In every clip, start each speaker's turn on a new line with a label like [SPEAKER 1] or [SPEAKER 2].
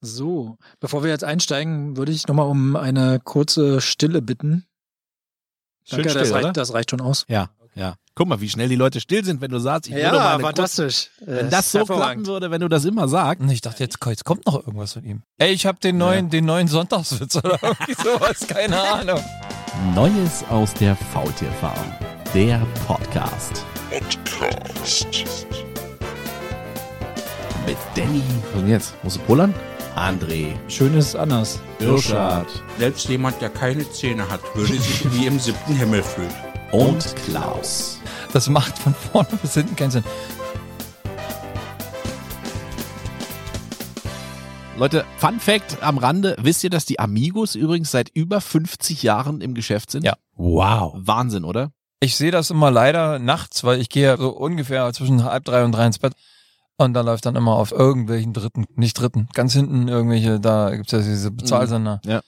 [SPEAKER 1] So, bevor wir jetzt einsteigen, würde ich nochmal um eine kurze Stille bitten. Danke,
[SPEAKER 2] Schön
[SPEAKER 1] das,
[SPEAKER 2] still, oder?
[SPEAKER 1] reicht, das reicht schon aus.
[SPEAKER 2] Ja, ja. Guck mal, wie schnell die Leute still sind, wenn du sagst, ich würde mal eine kurze, Äh, wenn das so klappen würde, wenn du das immer sagst.
[SPEAKER 3] Und ich dachte, jetzt, jetzt kommt noch irgendwas von ihm. Ey, ich hab den neuen, den neuen Sonntagswitz oder irgendwie sowas, keine Ahnung.
[SPEAKER 4] Neues aus der VTV, der Podcast mit Danny. Was denn jetzt? Musst du pullern? André,
[SPEAKER 1] Schön ist es anders.
[SPEAKER 4] Irschard
[SPEAKER 5] Selbst jemand, der keine Zähne hat, würde sich wie im siebten Himmel fühlen.
[SPEAKER 4] und Klaus.
[SPEAKER 3] Das macht von vorne bis hinten keinen Sinn.
[SPEAKER 4] Leute, Fun Fact am Rande. Wisst ihr, dass die Amigos übrigens seit über 50 Jahren im Geschäft sind?
[SPEAKER 3] Ja.
[SPEAKER 4] Wow. Wahnsinn, oder?
[SPEAKER 3] Ich sehe das immer leider nachts, weil ich gehe ja so ungefähr zwischen halb drei und drei ins Bett. Und da läuft dann immer auf irgendwelchen Dritten, nicht Dritten, ganz hinten irgendwelche, da gibt's ja diese Bezahlsender.
[SPEAKER 4] Mhm. Ja.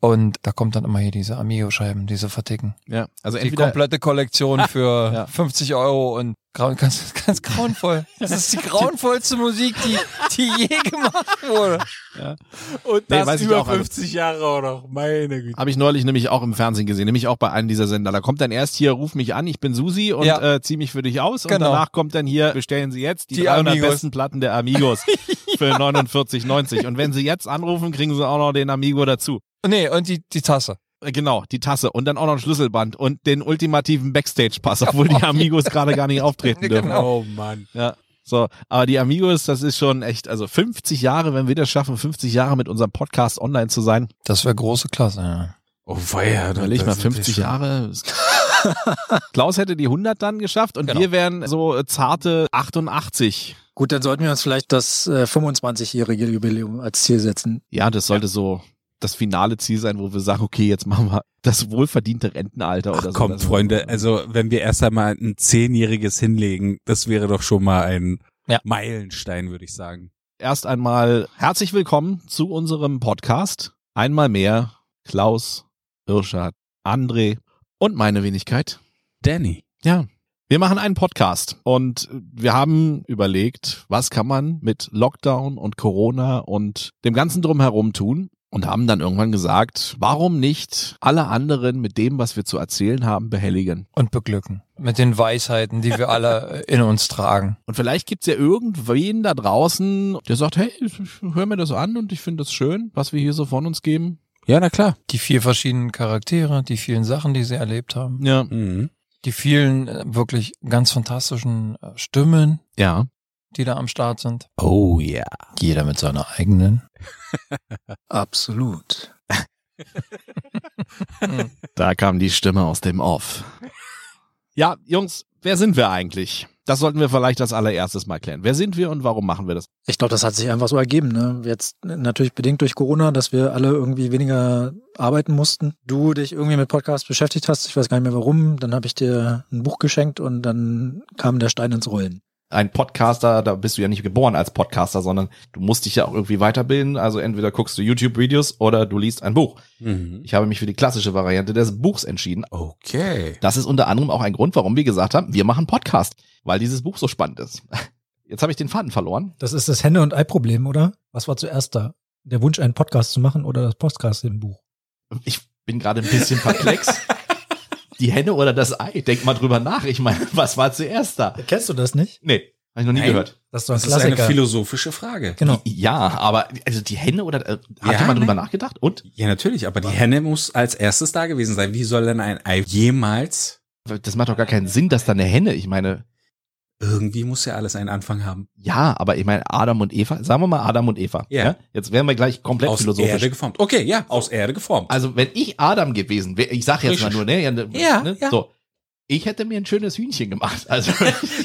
[SPEAKER 3] Und da kommt dann immer hier diese Amigo-Scheiben, diese verticken.
[SPEAKER 4] Ja. Also
[SPEAKER 3] Die
[SPEAKER 4] entweder
[SPEAKER 3] komplette Kollektion für
[SPEAKER 4] Ja.
[SPEAKER 3] 50 Euro und grau- ganz, ganz grauenvoll. Das ist die grauenvollste Musik, die, die je gemacht wurde.
[SPEAKER 5] Und
[SPEAKER 4] Nee, das weiß ich über auch alles.
[SPEAKER 5] Jahre auch noch, meine Güte.
[SPEAKER 4] habe ich neulich nämlich auch im Fernsehen gesehen, nämlich auch bei einem dieser Sender. Da kommt dann erst hier, ruf mich an, ich bin Susi und
[SPEAKER 3] Ja.
[SPEAKER 4] äh, zieh mich für dich aus. Und
[SPEAKER 3] Genau.
[SPEAKER 4] danach kommt dann hier, bestellen Sie jetzt die,
[SPEAKER 3] Die
[SPEAKER 4] 300
[SPEAKER 3] Amigos.
[SPEAKER 4] besten Platten der Amigos für 49,90. Und wenn Sie jetzt anrufen, kriegen Sie auch noch den Amigo dazu.
[SPEAKER 3] Nee, und die, die Tasse.
[SPEAKER 4] Äh, Genau, die Tasse und dann auch noch ein Schlüsselband und den ultimativen Backstage-Pass, obwohl die Amigos gerade gar nicht auftreten dürfen.
[SPEAKER 3] Genau.
[SPEAKER 5] Oh Mann.
[SPEAKER 4] Ja. So, aber die Amigos, das ist schon echt, also 50 Jahre, wenn wir das schaffen, 50 Jahre mit unserem Podcast online zu sein.
[SPEAKER 3] Das wäre große Klasse. Ja.
[SPEAKER 5] Oh weia. da-
[SPEAKER 4] Überleg
[SPEAKER 5] da
[SPEAKER 4] mal,
[SPEAKER 5] sind wir
[SPEAKER 4] 50
[SPEAKER 5] schon.
[SPEAKER 4] Jahre. Klaus hätte die 100 dann geschafft und
[SPEAKER 3] Genau.
[SPEAKER 4] wir wären so äh, zarte 88.
[SPEAKER 1] Gut, dann sollten wir uns vielleicht das äh, 25-jährige Jubiläum als Ziel setzen.
[SPEAKER 4] Ja, das sollte so das finale Ziel sein, wo wir sagen, okay, jetzt machen wir das wohlverdiente Rentenalter
[SPEAKER 5] Ach
[SPEAKER 4] oder so.
[SPEAKER 5] komm,
[SPEAKER 4] Das-
[SPEAKER 5] Freunde, also wenn wir erst einmal ein Zehnjähriges hinlegen, das wäre doch schon mal ein
[SPEAKER 3] Ja.
[SPEAKER 5] Meilenstein, würde ich sagen.
[SPEAKER 4] Erst einmal herzlich willkommen zu unserem Podcast. Einmal mehr Klaus, Irschard, André und meine Wenigkeit.
[SPEAKER 5] Danny.
[SPEAKER 4] Ja. Wir machen einen Podcast und wir haben überlegt, was kann man mit Lockdown und Corona und dem ganzen drumherum tun und haben dann irgendwann gesagt, warum nicht alle anderen mit dem, was wir zu erzählen haben, behelligen?
[SPEAKER 3] Und beglücken. Mit den Weisheiten, die wir alle in uns tragen.
[SPEAKER 4] Und vielleicht gibt's ja irgendwen da draußen, der sagt, hey, ich höre mir das an und ich finde das schön, was wir hier so von uns geben.
[SPEAKER 5] Ja, na klar.
[SPEAKER 3] Die vier verschiedenen Charaktere, die vielen Sachen, die sie erlebt haben.
[SPEAKER 4] Ja.
[SPEAKER 5] Mhm.
[SPEAKER 3] Die vielen äh, wirklich ganz fantastischen äh, Stimmen,
[SPEAKER 4] Ja.
[SPEAKER 3] die da am Start sind.
[SPEAKER 5] Oh ja.
[SPEAKER 3] Jeder mit seiner eigenen.
[SPEAKER 1] Absolut.
[SPEAKER 4] Da kam die Stimme aus dem Off. Ja, Jungs, wer sind wir eigentlich? Das sollten wir vielleicht als allererstes mal klären. Wer sind wir und warum machen wir das?
[SPEAKER 1] Ich glaube, das hat sich einfach so ergeben. Ne? Jetzt äh, natürlich bedingt durch Corona, dass wir alle irgendwie weniger arbeiten mussten. Du dich irgendwie mit Podcasts beschäftigt hast, ich weiß gar nicht mehr warum. Dann habe ich dir ein Buch geschenkt und dann kam der Stein ins Rollen.
[SPEAKER 4] ein Podcaster, da bist du ja nicht geboren als Podcaster, sondern du musst dich ja auch irgendwie weiterbilden. Also entweder guckst du YouTube-Videos oder du liest ein Buch.
[SPEAKER 5] Mhm.
[SPEAKER 4] Ich habe mich für die klassische Variante des Buchs entschieden.
[SPEAKER 5] Okay.
[SPEAKER 4] Das ist unter anderem auch ein Grund, warum wir gesagt haben, wir machen Podcast, weil dieses Buch so spannend ist. Jetzt habe ich den Faden verloren.
[SPEAKER 6] Das ist das Henne- und Ei-Problem, oder? Was war zuerst da? Der Wunsch, einen Podcast zu machen oder das Podcast im Buch?
[SPEAKER 4] Ich bin gerade ein bisschen perplex. Die Henne oder das Ei? Denk mal drüber nach. Ich meine, was war zuerst da?
[SPEAKER 6] Kennst du das nicht?
[SPEAKER 4] Nee, habe ich noch nie
[SPEAKER 5] Nein.
[SPEAKER 4] gehört.
[SPEAKER 6] Das ist doch ein
[SPEAKER 5] Das ist eine
[SPEAKER 6] Klassiker.
[SPEAKER 5] philosophische Frage.
[SPEAKER 6] genau.
[SPEAKER 4] Ja, aber also die Henne oder äh, hat
[SPEAKER 5] Ja,
[SPEAKER 4] jemand drüber
[SPEAKER 5] ne?
[SPEAKER 4] nachgedacht? Und
[SPEAKER 5] Ja, natürlich, aber die Henne muss als erstes da gewesen sein. Wie soll denn ein Ei jemals?
[SPEAKER 4] das macht doch gar keinen Sinn, dass da eine Henne. Ich meine,
[SPEAKER 5] Irgendwie muss ja alles einen Anfang haben.
[SPEAKER 4] Ja, aber ich meine, Adam und Eva, sagen wir mal Adam und Eva. ne?
[SPEAKER 5] Ja.
[SPEAKER 4] Jetzt wären wir gleich komplett
[SPEAKER 5] Aus
[SPEAKER 4] philosophisch.
[SPEAKER 5] Erde geformt. Okay, ja, aus Erde geformt.
[SPEAKER 4] Also, wenn ich Adam gewesen wäre, ich sag jetzt mal
[SPEAKER 5] Richtig.
[SPEAKER 4] nur, ne? Ja, ne,
[SPEAKER 5] Ja,
[SPEAKER 4] ne
[SPEAKER 5] ja.
[SPEAKER 4] So. Ich hätte mir ein schönes Hühnchen gemacht. Also,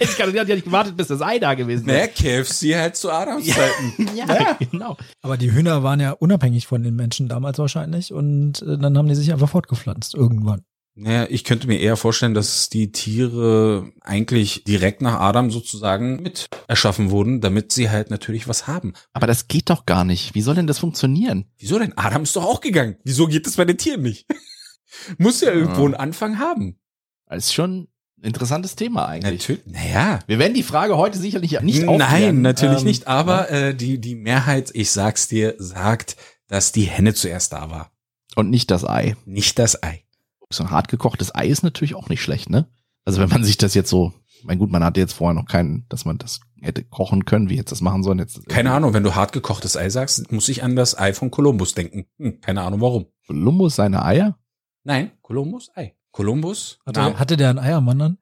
[SPEAKER 4] ich kann ja nicht gewartet, bis das Ei da gewesen
[SPEAKER 5] Ne,
[SPEAKER 4] wäre.
[SPEAKER 5] KFC halt zu Adams Zeiten.
[SPEAKER 4] Ja, genau.
[SPEAKER 6] Aber die Hühner waren ja unabhängig von den Menschen damals wahrscheinlich und äh, dann haben die sich einfach fortgepflanzt irgendwann.
[SPEAKER 5] Naja, Ne, ich könnte mir eher vorstellen, dass die Tiere eigentlich direkt nach Adam sozusagen mit erschaffen wurden, damit sie halt natürlich was haben.
[SPEAKER 4] Aber das geht doch gar nicht. Wie soll denn das funktionieren?
[SPEAKER 5] Wieso denn? Adam ist doch auch gegangen. Wieso geht es bei den Tieren nicht? Muss ja irgendwo
[SPEAKER 4] Ja.
[SPEAKER 5] einen Anfang haben.
[SPEAKER 4] Das ist schon Interessantes Thema eigentlich.
[SPEAKER 5] Natürlich. Naja.
[SPEAKER 4] Wir werden die Frage heute sicherlich nicht aufklären.
[SPEAKER 5] Nein, natürlich
[SPEAKER 4] Ähm,
[SPEAKER 5] nicht. Aber äh, die, die Mehrheit, ich sag's dir, sagt, dass die Henne zuerst da war.
[SPEAKER 4] Und nicht das Ei.
[SPEAKER 5] Nicht das Ei.
[SPEAKER 4] So ein hart gekochtes Ei ist natürlich auch nicht schlecht, ne? Also wenn man sich das jetzt so, mein gut, man hatte jetzt vorher noch keinen, dass man das hätte kochen können, wie jetzt das machen sollen. Jetzt
[SPEAKER 5] Keine Ahnung, wenn du hart gekochtes Ei sagst, muss ich an das Ei von Kolumbus denken. Hm, keine Ahnung warum.
[SPEAKER 4] Lumbus seine Eier?
[SPEAKER 5] Nein, Kolumbus Ei. Kolumbus?
[SPEAKER 7] Hatte,
[SPEAKER 5] Na,
[SPEAKER 7] hatte der einen Eiermann an?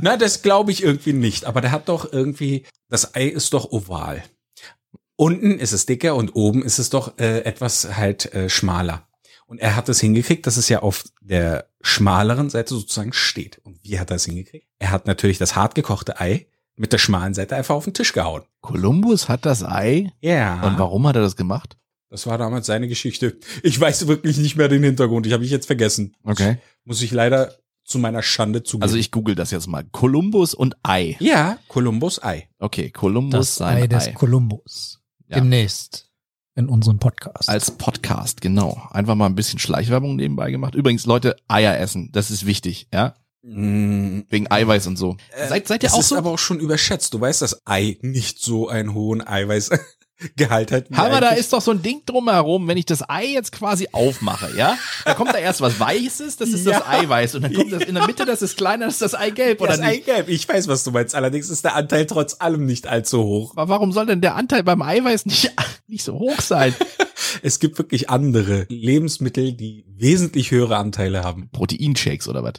[SPEAKER 5] na, das glaube ich irgendwie nicht. Aber der hat doch irgendwie, das Ei ist doch oval. Unten ist es dicker und oben ist es doch äh, etwas halt äh, schmaler. Und er hat es hingekriegt, dass es ja auf der schmaleren Seite sozusagen steht. Und wie hat er es hingekriegt? Er hat natürlich das hart gekochte Ei mit der schmalen Seite einfach auf den Tisch gehauen.
[SPEAKER 4] Kolumbus hat das Ei.
[SPEAKER 5] Ja.
[SPEAKER 4] Und warum hat er das gemacht?
[SPEAKER 5] Das war damals seine Geschichte. Ich weiß wirklich nicht mehr den Hintergrund. Ich habe ich jetzt vergessen. Muss ich leider zu meiner Schande zugeben.
[SPEAKER 4] Also ich google das jetzt mal. Kolumbus und Ei.
[SPEAKER 5] ja, Kolumbus Ei.
[SPEAKER 4] Okay, Kolumbus
[SPEAKER 7] Das
[SPEAKER 4] sein
[SPEAKER 7] Ei des Kolumbus.
[SPEAKER 4] Ja.
[SPEAKER 7] Demnächst. In unserem Podcast.
[SPEAKER 4] Als Podcast, genau. Einfach mal ein bisschen Schleichwerbung nebenbei gemacht. Übrigens, Leute, Eier essen, das ist wichtig, ja? Wegen Eiweiß und so. seid, seid ihr
[SPEAKER 5] Das
[SPEAKER 4] auch
[SPEAKER 5] Mhm. ist
[SPEAKER 4] so?
[SPEAKER 5] aber auch schon überschätzt. Du weißt, dass Ei nicht so einen hohen Eiweißgehalt hat. wie
[SPEAKER 4] Hammer, da
[SPEAKER 5] eigentlich-
[SPEAKER 4] ist doch so ein Ding drumherum, wenn ich das Ei jetzt quasi aufmache, ja? Da kommt da erst was Weißes, das ist das Eiweiß. Und dann kommt das in der Mitte, das ist kleiner, das ist das Eigelb, oder
[SPEAKER 5] das
[SPEAKER 4] nicht?
[SPEAKER 5] Eigelb. Ich weiß, was du meinst. Allerdings ist der Anteil trotz allem nicht allzu hoch.
[SPEAKER 4] Aber warum soll denn der Anteil beim Eiweiß nicht, nicht so hoch sein?
[SPEAKER 5] Es gibt wirklich andere Lebensmittel, die wesentlich höhere Anteile haben.
[SPEAKER 4] Proteinshakes oder was?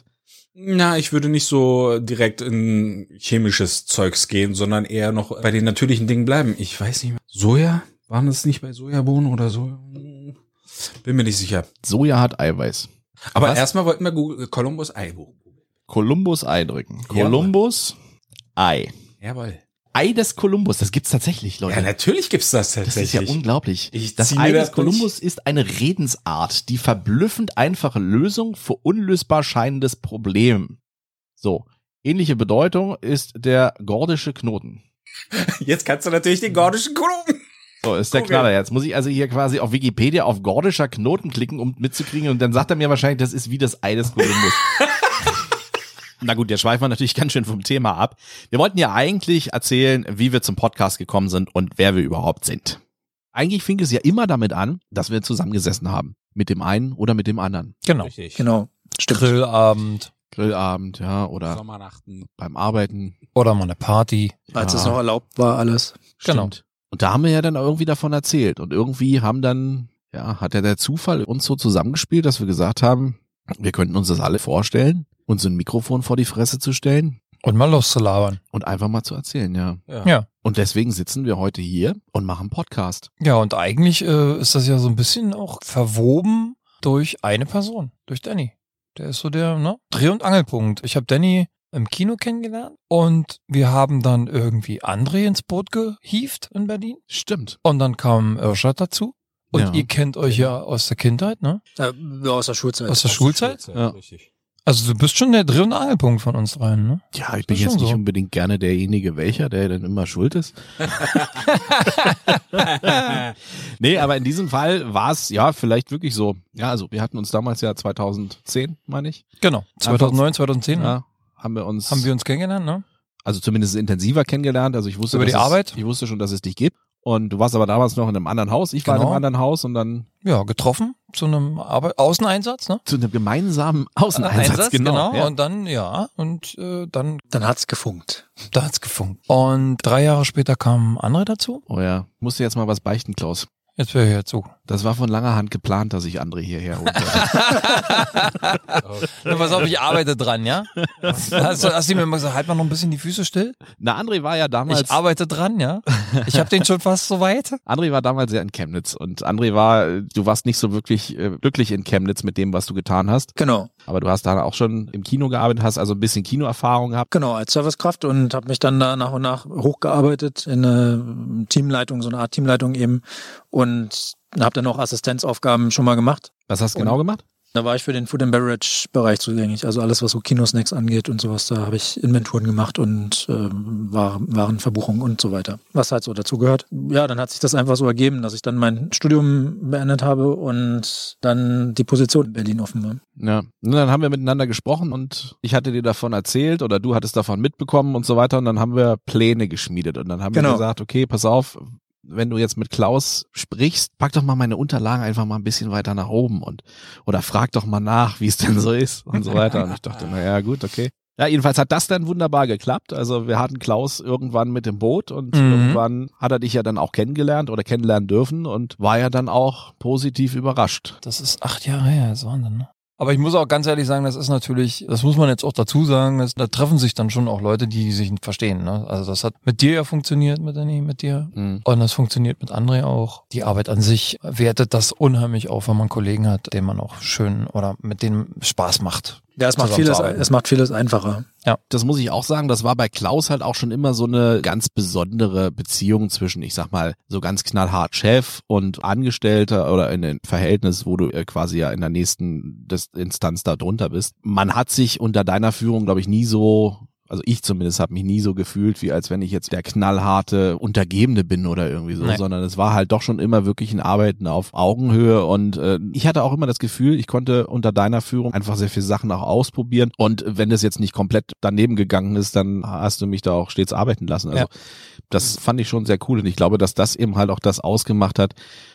[SPEAKER 5] Na, ich würde nicht so direkt in chemisches Zeugs gehen, sondern eher noch bei den natürlichen Dingen bleiben. Ich weiß nicht mehr. Soja? Waren es nicht bei Sojabohnen oder so? Bin mir nicht sicher.
[SPEAKER 4] Soja hat Eiweiß.
[SPEAKER 5] Aber
[SPEAKER 4] Was?
[SPEAKER 5] erstmal wollten wir Google Columbus Ei googeln.
[SPEAKER 4] Kolumbus Ei drücken.
[SPEAKER 5] Jawohl.
[SPEAKER 4] Kolumbus Ei.
[SPEAKER 5] Jawohl.
[SPEAKER 4] Ei des Kolumbus, das gibt's tatsächlich, Leute.
[SPEAKER 5] Ja, natürlich gibt's das
[SPEAKER 4] das ist
[SPEAKER 5] tatsächlich.
[SPEAKER 4] ja unglaublich.
[SPEAKER 5] Ich
[SPEAKER 4] das
[SPEAKER 5] ziehe
[SPEAKER 4] Ei
[SPEAKER 5] mir
[SPEAKER 4] des
[SPEAKER 5] das
[SPEAKER 4] Kolumbus ist eine Redensart, die verblüffend einfache Lösung für unlösbar scheinendes Problem. So, ähnliche Bedeutung ist der gordische Knoten.
[SPEAKER 5] Jetzt kannst du natürlich den gordischen Kolumn.
[SPEAKER 4] So, ist der
[SPEAKER 5] Guck
[SPEAKER 4] Knaller jetzt. Muss ich also hier quasi auf Wikipedia auf gordischer Knoten klicken, um mitzukriegen und dann sagt er mir wahrscheinlich, das ist wie das Ei des Kolumbus. Na gut, jetzt schweifen wir natürlich ganz schön vom Thema ab. Wir wollten ja eigentlich erzählen, wie wir zum Podcast gekommen sind und wer wir überhaupt sind. Eigentlich fing es ja immer damit an, dass wir zusammengesessen haben. Mit dem einen oder mit dem anderen.
[SPEAKER 3] Genau.
[SPEAKER 1] Genau. Stimmt.
[SPEAKER 3] Grillabend
[SPEAKER 4] Grillabend, ja, oder
[SPEAKER 5] Sommernachten.
[SPEAKER 4] beim Arbeiten.
[SPEAKER 3] oder mal eine Party.
[SPEAKER 1] Als
[SPEAKER 4] ja.
[SPEAKER 1] es noch erlaubt war, alles.
[SPEAKER 3] Genau.
[SPEAKER 4] Stimmt. Und da haben wir ja dann irgendwie davon erzählt. Und irgendwie haben dann, ja, hat ja der Zufall uns so zusammengespielt, dass wir gesagt haben, wir könnten uns das alle vorstellen, uns ein Mikrofon vor die Fresse zu stellen
[SPEAKER 3] Und mal loszulabern.
[SPEAKER 4] und einfach mal zu erzählen, ja.
[SPEAKER 3] Ja.
[SPEAKER 4] Und deswegen sitzen wir heute hier und machen Podcast.
[SPEAKER 3] Ja, und eigentlich äh, ist das ja so ein bisschen auch verwoben durch eine Person, durch Danny. Der ist so der ne? Dreh- und Angelpunkt. Ich habe Danny im Kino kennengelernt und wir haben dann irgendwie André ins Boot gehievt in Berlin.
[SPEAKER 4] Stimmt.
[SPEAKER 3] Und dann kam Irschat dazu. Und
[SPEAKER 4] Ja.
[SPEAKER 3] ihr kennt euch ja aus der Kindheit, ne?
[SPEAKER 1] Äh, aus der Schulzeit.
[SPEAKER 3] Aus der Schulzeit.
[SPEAKER 4] Ja.
[SPEAKER 5] Richtig.
[SPEAKER 3] Also du bist schon der Dreh- und Angelpunkt von uns dreien, ne?
[SPEAKER 4] Ja, ich bin
[SPEAKER 3] Ist schon
[SPEAKER 4] jetzt nicht
[SPEAKER 3] so.
[SPEAKER 4] unbedingt gerne derjenige, welcher, der dann immer schuld ist. nee, aber in diesem Fall war es ja vielleicht wirklich so. Ja, also wir hatten uns damals ja 2010, meine ich.
[SPEAKER 3] Genau. 2009, 2010 ne?
[SPEAKER 4] Ja, haben wir uns
[SPEAKER 3] haben wir uns kennengelernt, ne?
[SPEAKER 4] also zumindest intensiver kennengelernt. Also ich wusste
[SPEAKER 3] Über die
[SPEAKER 4] dass es-
[SPEAKER 3] Arbeit?
[SPEAKER 4] Ich wusste schon, dass es dich gibt. Und du warst aber damals noch in einem anderen Haus. Ich war in
[SPEAKER 3] Genau.
[SPEAKER 4] einem anderen Haus und dann
[SPEAKER 3] Ja, getroffen zu einem Arbe Außeneinsatz, ne?
[SPEAKER 4] zu einem gemeinsamen Außeneinsatz.
[SPEAKER 3] genau.
[SPEAKER 4] Ja.
[SPEAKER 3] Und dann, ja, und äh, dann,
[SPEAKER 1] Dann hat's gefunkt.
[SPEAKER 3] da hat's gefunkt. Und drei Jahre später kam André dazu.
[SPEAKER 4] oh ja, musste jetzt mal was beichten, Klaus.
[SPEAKER 3] Jetzt wäre ich ja zu.
[SPEAKER 4] Das war von langer Hand geplant, dass ich André hierher holen wollte.
[SPEAKER 3] Na, pass auf, ich arbeite dran, ja? Hast, du- hast du mir immer gesagt, halt mal noch ein bisschen die Füße still?
[SPEAKER 4] Na, André war ja damals.
[SPEAKER 3] Ich arbeite dran, ja? Ich habe den schon fast so weit.
[SPEAKER 4] André war damals ja in Chemnitz und André war, äh, du warst nicht so wirklich äh, glücklich in Chemnitz mit dem, was du getan hast,
[SPEAKER 1] Genau.
[SPEAKER 4] aber du hast da auch schon im Kino gearbeitet, hast also ein bisschen Kinoerfahrung gehabt.
[SPEAKER 1] Genau, als Servicekraft und habe mich dann da nach und nach hochgearbeitet in eine Teamleitung, so eine Art Teamleitung eben und habe dann auch Assistenzaufgaben schon mal gemacht.
[SPEAKER 4] Was hast du genau gemacht?
[SPEAKER 1] Da war ich für den Food and Beverage Bereich zugänglich. Also alles, was so Kinosnacks angeht und sowas, da habe ich Inventuren gemacht und ähm, Waren, Warenverbuchungen und so weiter. Was halt so dazu gehört. Ja, dann hat sich das einfach so ergeben, dass ich dann mein Studium beendet habe und dann die Position in Berlin offen war.
[SPEAKER 4] Ja. Und dann haben wir miteinander gesprochen und ich hatte dir davon erzählt oder du hattest davon mitbekommen und so weiter und dann haben wir Pläne geschmiedet und dann haben wir
[SPEAKER 1] Genau.
[SPEAKER 4] gesagt, okay, pass auf, wenn du jetzt mit Klaus sprichst, pack doch mal meine Unterlagen einfach mal ein bisschen weiter nach oben und oder frag doch mal nach, wie es denn so ist und so weiter. Und ich dachte, naja, gut, okay. Ja, jedenfalls hat das dann wunderbar geklappt. Also wir hatten Klaus irgendwann mit dem Boot und
[SPEAKER 3] Mhm.
[SPEAKER 4] irgendwann hat er dich ja dann auch kennengelernt oder kennenlernen dürfen und war ja dann auch positiv überrascht.
[SPEAKER 3] Das ist acht Jahre her, das waren dann. ne? Aber ich muss auch ganz ehrlich sagen, das ist natürlich, das muss man jetzt auch dazu sagen, dass, da treffen sich dann schon auch Leute, die sich verstehen. Ne? Also das hat mit dir ja funktioniert, mit Danny, mit dir.
[SPEAKER 4] Mhm.
[SPEAKER 3] Und das funktioniert mit André auch. Die Arbeit an sich wertet das unheimlich auf, wenn man Kollegen hat, den man auch schön oder mit dem Spaß macht.
[SPEAKER 1] Ja, es macht, vieles,
[SPEAKER 3] zusammenzuarbeiten.
[SPEAKER 1] es macht vieles einfacher.
[SPEAKER 4] das muss ich auch sagen, das war bei Klaus halt auch schon immer so eine ganz besondere Beziehung zwischen, ich sag mal, so ganz knallhart Chef und Angestellter oder in einem Verhältnis, wo du äh, quasi ja in der nächsten Dis- Instanz da drunter bist. Man hat sich unter deiner Führung, glaube ich, nie so also ich zumindest habe mich nie so gefühlt, wie als wenn ich jetzt der knallharte Untergebene bin oder irgendwie so,
[SPEAKER 3] Nee.
[SPEAKER 4] sondern es war halt doch schon immer wirklich ein Arbeiten auf Augenhöhe und äh, ich hatte auch immer das Gefühl, ich konnte unter deiner Führung einfach sehr viele Sachen auch ausprobieren und wenn das jetzt nicht komplett daneben gegangen ist, dann hast du mich da auch stets arbeiten lassen. Also
[SPEAKER 3] Ja.
[SPEAKER 4] das fand ich schon sehr cool und ich glaube, dass das eben halt auch das ausgemacht hat,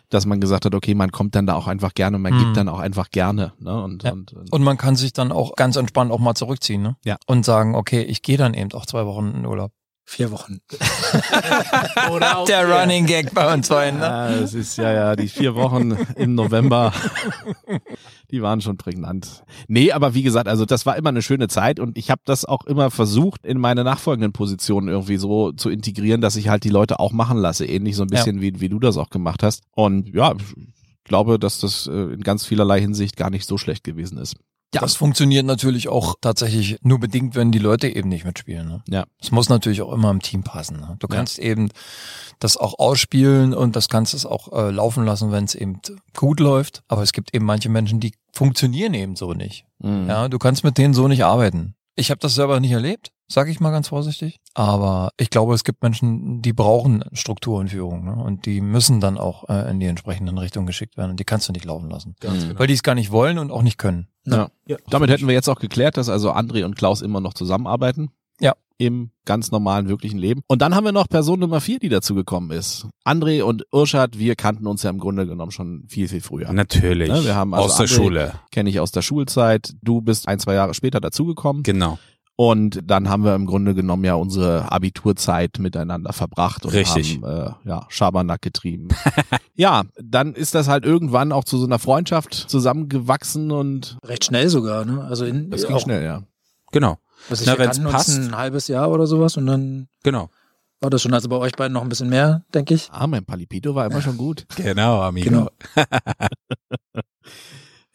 [SPEAKER 4] dass man gesagt hat, okay, man kommt dann da auch einfach gerne und man
[SPEAKER 3] Mhm.
[SPEAKER 4] gibt dann auch einfach gerne. Ne? Und,
[SPEAKER 3] Ja.
[SPEAKER 4] und, und
[SPEAKER 3] Und man kann sich dann auch ganz entspannt auch mal zurückziehen ne?
[SPEAKER 4] Ja.
[SPEAKER 3] und sagen, okay, ich gehe dann eben auch zwei Wochen in Urlaub.
[SPEAKER 1] Vier Wochen.
[SPEAKER 5] Oder auch
[SPEAKER 3] Der
[SPEAKER 5] hier.
[SPEAKER 3] Running Gag bei uns beiden. Ne?
[SPEAKER 4] Ja, es ist ja, ja, die vier Wochen im November, die waren schon prägnant. Nee, aber wie gesagt, also das war immer eine schöne Zeit und ich habe das auch immer versucht, in meine nachfolgenden Positionen irgendwie so zu integrieren, dass ich halt die Leute auch machen lasse, ähnlich so ein bisschen wie, wie du das auch gemacht hast. Und ja, ich glaube, dass das äh, in ganz vielerlei Hinsicht gar nicht so schlecht gewesen ist. Ja.
[SPEAKER 3] Das funktioniert natürlich auch tatsächlich nur bedingt, wenn die Leute eben nicht mitspielen. Ne?
[SPEAKER 4] Ja.
[SPEAKER 3] Es muss natürlich auch immer im Team passen. Ne? Du kannst eben das auch ausspielen und das kannst es auch äh, laufen lassen, wenn es eben gut läuft. Aber es gibt eben manche Menschen, die funktionieren eben so nicht.
[SPEAKER 4] Mhm.
[SPEAKER 3] Ja, du kannst mit denen so nicht arbeiten. Ich habe das selber nicht erlebt, sage ich mal ganz vorsichtig. Aber ich glaube, es gibt Menschen, die brauchen Struktur und Führung ne? und die müssen dann auch äh, in die entsprechenden Richtungen geschickt werden und die kannst du nicht laufen lassen,
[SPEAKER 5] Ganz genau.
[SPEAKER 3] weil die es gar nicht wollen und auch nicht können.
[SPEAKER 4] Damit hätten wir jetzt auch geklärt, dass also André und Klaus immer noch zusammenarbeiten.
[SPEAKER 3] Ja.
[SPEAKER 4] Im ganz normalen, wirklichen Leben. Und dann haben wir noch Person Nummer vier, die dazu gekommen ist. André und Irschad, wir kannten uns ja im Grunde genommen schon viel, viel früher.
[SPEAKER 5] Natürlich.
[SPEAKER 4] Ne, wir haben also
[SPEAKER 5] Aus der
[SPEAKER 4] André-
[SPEAKER 5] Schule.
[SPEAKER 4] Kenne ich aus der Schulzeit. Du bist ein, zwei Jahre später dazugekommen.
[SPEAKER 5] Genau.
[SPEAKER 4] Und dann haben wir im Grunde genommen ja unsere Abiturzeit miteinander verbracht und
[SPEAKER 5] Richtig.
[SPEAKER 4] haben äh, ja, Schabernack getrieben. ja, dann ist das halt irgendwann auch zu so einer Freundschaft zusammengewachsen und
[SPEAKER 1] Recht schnell sogar, ne? Also in,
[SPEAKER 4] das ging
[SPEAKER 1] auch,
[SPEAKER 4] schnell, ja.
[SPEAKER 5] Genau.
[SPEAKER 1] Was ich,
[SPEAKER 5] Na,
[SPEAKER 1] wir
[SPEAKER 5] wenn's
[SPEAKER 1] kannten
[SPEAKER 5] passt.
[SPEAKER 1] uns ein halbes Jahr oder sowas und dann
[SPEAKER 5] Genau.
[SPEAKER 1] war das schon. Also bei euch beiden noch ein bisschen mehr, denke ich.
[SPEAKER 4] Ah, mein Palipito war immer schon gut.
[SPEAKER 5] Genau, Amigo.
[SPEAKER 1] Genau.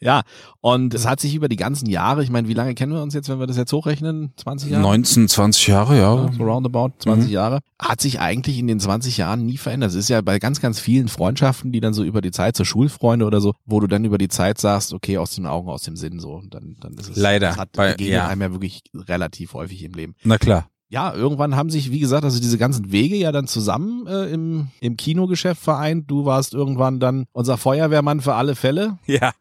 [SPEAKER 4] Ja, und es hat sich über die ganzen Jahre, ich meine, wie lange kennen wir uns jetzt, wenn wir das jetzt hochrechnen? 20 Jahre?
[SPEAKER 5] 19, 20 Jahre, Mhm. ja.
[SPEAKER 4] Ja, So roundabout 20 Jahre. Hat sich eigentlich in den 20 Jahren nie verändert. Es ist ja bei ganz, ganz vielen Freundschaften, die dann so über die Zeit, so Schulfreunde oder so, wo du dann über die Zeit sagst, okay, aus den Augen, aus dem Sinn, so. Und dann, dann ist es.
[SPEAKER 5] Leider.
[SPEAKER 4] Das hat,
[SPEAKER 5] Bei-
[SPEAKER 4] bei, begegnet
[SPEAKER 5] ja.
[SPEAKER 4] einem ja wirklich relativ häufig im Leben.
[SPEAKER 5] Na klar.
[SPEAKER 4] ja, irgendwann haben sich, wie gesagt, also diese ganzen Wege ja dann zusammen äh, im, im Kinogeschäft vereint. Du warst irgendwann dann unser Feuerwehrmann für alle Fälle,
[SPEAKER 5] Ja.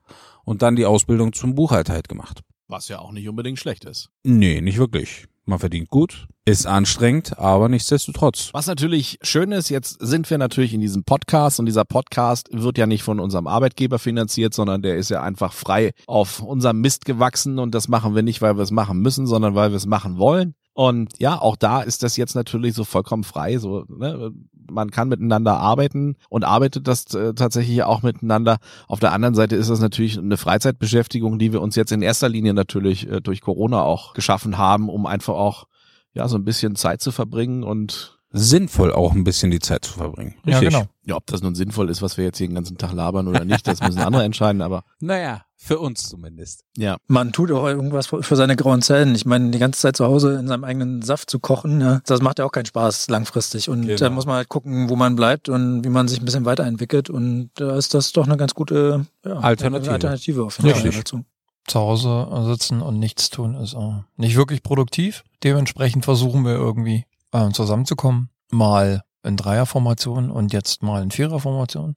[SPEAKER 5] Und dann die Ausbildung zum Buchhalter halt gemacht.
[SPEAKER 4] was ja auch nicht unbedingt schlecht ist.
[SPEAKER 5] Nee, nicht wirklich. Man verdient gut, ist anstrengend, aber nichtsdestotrotz.
[SPEAKER 4] Was natürlich schön ist, jetzt sind wir natürlich in diesem Podcast und dieser Podcast wird ja nicht von unserem Arbeitgeber finanziert, sondern der ist ja einfach frei auf unserem Mist gewachsen und das machen wir nicht, weil wir es machen müssen, sondern weil wir es machen wollen. Und ja, auch da ist das jetzt natürlich so vollkommen frei. So, ne? Man kann miteinander arbeiten und arbeitet das äh, tatsächlich auch miteinander. Auf der anderen Seite ist das natürlich eine Freizeitbeschäftigung, die wir uns jetzt in erster Linie natürlich äh, durch Corona auch geschaffen haben, um einfach auch ja so ein bisschen Zeit zu verbringen und
[SPEAKER 5] sinnvoll auch ein bisschen die Zeit zu verbringen.
[SPEAKER 3] Ja, genau.
[SPEAKER 4] Ja, ob das nun sinnvoll ist, was wir jetzt hier den ganzen Tag labern oder nicht, das müssen andere entscheiden, aber
[SPEAKER 5] Naja, für uns zumindest.
[SPEAKER 1] Man tut auch irgendwas für für seine grauen Zellen. Ich meine, die ganze Zeit zu Hause in seinem eigenen Saft zu kochen, ja, das macht ja auch keinen Spaß langfristig. Und
[SPEAKER 5] Genau.
[SPEAKER 1] da muss man halt gucken, wo man bleibt und wie man sich ein bisschen weiterentwickelt. Und da ist das doch eine ganz gute ja,
[SPEAKER 5] Alternative.
[SPEAKER 1] Alternative auf jeden Fall
[SPEAKER 5] Richtig.
[SPEAKER 1] dazu.
[SPEAKER 3] zu Hause äh, sitzen und nichts tun ist auch nicht wirklich produktiv. Dementsprechend versuchen wir irgendwie äh, zusammenzukommen. Mal in Dreierformation und jetzt mal in Viererformation.